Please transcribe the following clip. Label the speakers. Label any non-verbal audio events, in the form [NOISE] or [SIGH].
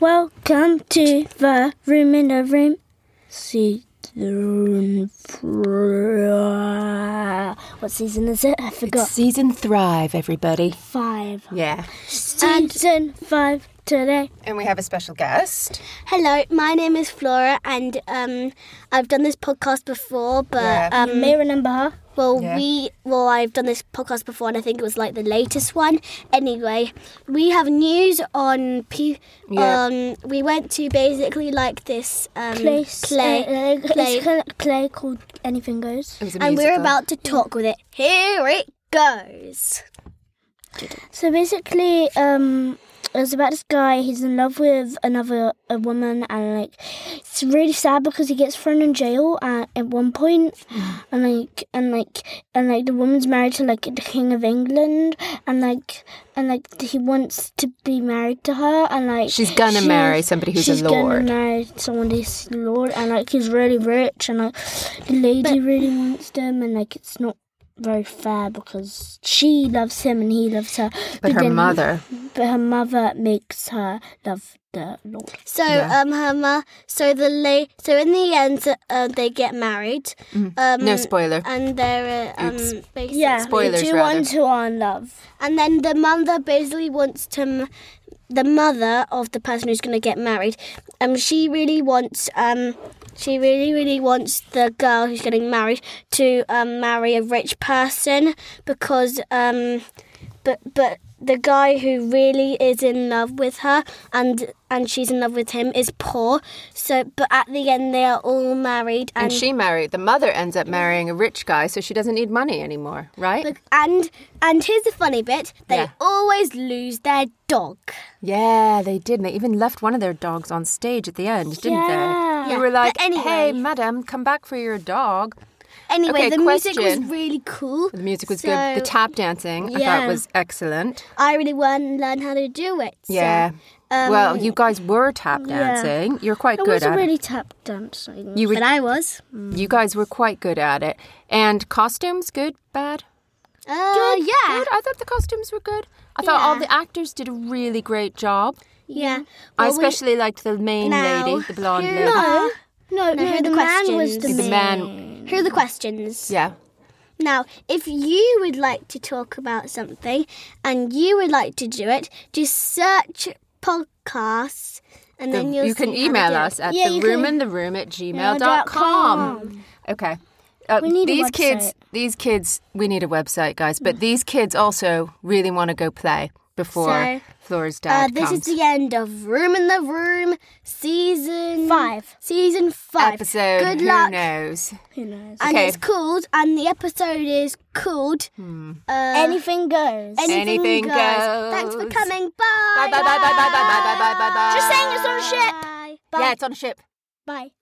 Speaker 1: Welcome to the room in the room. See the room. What season is it? I forgot.
Speaker 2: Season Thrive, everybody.
Speaker 1: five.
Speaker 2: Yeah.
Speaker 1: Season five today.
Speaker 2: And we have a special guest.
Speaker 3: Hello, my name is Flora, and um, I've done this podcast before, but
Speaker 2: Yeah.
Speaker 3: um,
Speaker 1: May remember her.
Speaker 3: well,
Speaker 2: Yeah.
Speaker 3: we well, I've done this podcast before, and I think it was like the latest one. Anyway, we have news on pe-
Speaker 2: Yeah.
Speaker 3: um We went to basically like this um,
Speaker 1: Place.
Speaker 3: play,
Speaker 1: uh, uh,
Speaker 3: play.
Speaker 1: It's kind of like play called Anything Goes.
Speaker 2: It was a
Speaker 3: and we're
Speaker 2: musical.
Speaker 3: about to talk with it. Here it goes.
Speaker 1: So basically, um, it was about this guy. He's in love with another a woman, and like, it's really sad because he gets thrown in jail at, at one point,
Speaker 2: [SIGHS]
Speaker 1: and like, and like, and like, the woman's married to like the king of England, and like, and like, he wants to be married to her, and like,
Speaker 2: She's gonna marry somebody who's a
Speaker 1: she's gonna
Speaker 2: lord.
Speaker 1: marry someone who's a lord, and like, he's really rich, and like, the lady really wants him, and like, it's not. Very fair because she loves him and he loves her,
Speaker 2: But her
Speaker 1: then-
Speaker 2: mother.
Speaker 1: but her mother makes her love the Lord.
Speaker 3: So
Speaker 2: Yeah.
Speaker 3: um, her ma- so the la- so in the end, uh, they get married. Um,
Speaker 2: Mm-hmm. No spoiler.
Speaker 3: and they're uh, um,
Speaker 2: Oops.
Speaker 3: basically
Speaker 2: Spoilers,
Speaker 1: the two
Speaker 2: rather.
Speaker 1: ones who are in love.
Speaker 3: And then the mother basically wants to, m- the mother of the person who's going to get married, um, she really wants, um, she really, really wants the girl who's getting married to um, marry a rich person because, um, but, but the guy who really is in love with her and and she's in love with him is poor. So, but at the end they are all married
Speaker 2: And she married. The mother ends up marrying a rich guy, so she doesn't need money anymore, right?
Speaker 3: Look, and and here's the funny bit: they
Speaker 2: Yeah.
Speaker 3: always lose their dog.
Speaker 2: yeah, they did. And they even left one of their dogs on stage at the end, didn't
Speaker 1: Yeah.
Speaker 2: they? You
Speaker 3: Yeah,
Speaker 2: were
Speaker 3: but
Speaker 2: like,
Speaker 3: anyway-
Speaker 2: hey, madam, come back for your dog.
Speaker 3: Anyway,
Speaker 2: Okay,
Speaker 3: the music
Speaker 2: question.
Speaker 3: was really cool.
Speaker 2: The music was
Speaker 3: so
Speaker 2: good. The tap dancing, I thought,
Speaker 3: yeah.
Speaker 2: was excellent.
Speaker 3: I really want to learn how to do it. so,
Speaker 2: Yeah.
Speaker 3: um,
Speaker 2: well, you guys were tap
Speaker 1: yeah.
Speaker 2: dancing. You're quite
Speaker 1: It
Speaker 2: good at
Speaker 1: wasn't
Speaker 2: it.
Speaker 1: really tap dancing.
Speaker 2: You were
Speaker 3: but I was.
Speaker 2: You guys were quite good at it. And costumes, good, bad?
Speaker 3: Uh, yeah.
Speaker 2: Good. I thought the costumes were good. I thought all the actors did a really great job.
Speaker 3: Yeah.
Speaker 2: I
Speaker 3: Well, we-
Speaker 2: especially liked the main
Speaker 3: Now,
Speaker 2: lady, the blonde
Speaker 3: here
Speaker 2: lady.
Speaker 3: are-
Speaker 1: no,
Speaker 3: no,
Speaker 1: the,
Speaker 3: the
Speaker 1: man was the
Speaker 3: questions.
Speaker 1: man.
Speaker 2: The man.
Speaker 3: Here are the questions.
Speaker 2: Yeah.
Speaker 3: Now, if you would like to talk about something and you would like to do it, just search podcasts and
Speaker 2: The-
Speaker 3: then you'll
Speaker 2: you can
Speaker 3: see how to
Speaker 2: email
Speaker 3: do it.
Speaker 2: us at
Speaker 1: Yeah,
Speaker 2: the
Speaker 1: you
Speaker 2: room
Speaker 1: can-
Speaker 2: in the room at
Speaker 1: dot
Speaker 2: gmail.com. Okay. Uh,
Speaker 1: We need a
Speaker 2: these
Speaker 1: website.
Speaker 2: kids, these kids, we need a website, guys. But these kids also really want to go play before
Speaker 3: So,
Speaker 2: Flora's
Speaker 3: Uh,
Speaker 2: dad
Speaker 3: this
Speaker 2: comes.
Speaker 3: is the end of Room in the Room season
Speaker 1: Five.
Speaker 3: Season five.
Speaker 2: episode.
Speaker 3: Good
Speaker 2: who
Speaker 3: luck.
Speaker 2: knows?
Speaker 1: Who knows?
Speaker 3: And
Speaker 2: Okay.
Speaker 3: it's called, and the episode is called uh,
Speaker 1: Anything goes.
Speaker 3: Anything,
Speaker 2: Hmm. Anything
Speaker 3: goes. Thanks for
Speaker 2: Goes.
Speaker 3: coming. Bye.
Speaker 2: Bye bye bye bye bye bye bye bye bye.
Speaker 3: Just saying it's on a ship.
Speaker 2: Yeah, it's on a ship.
Speaker 1: Bye.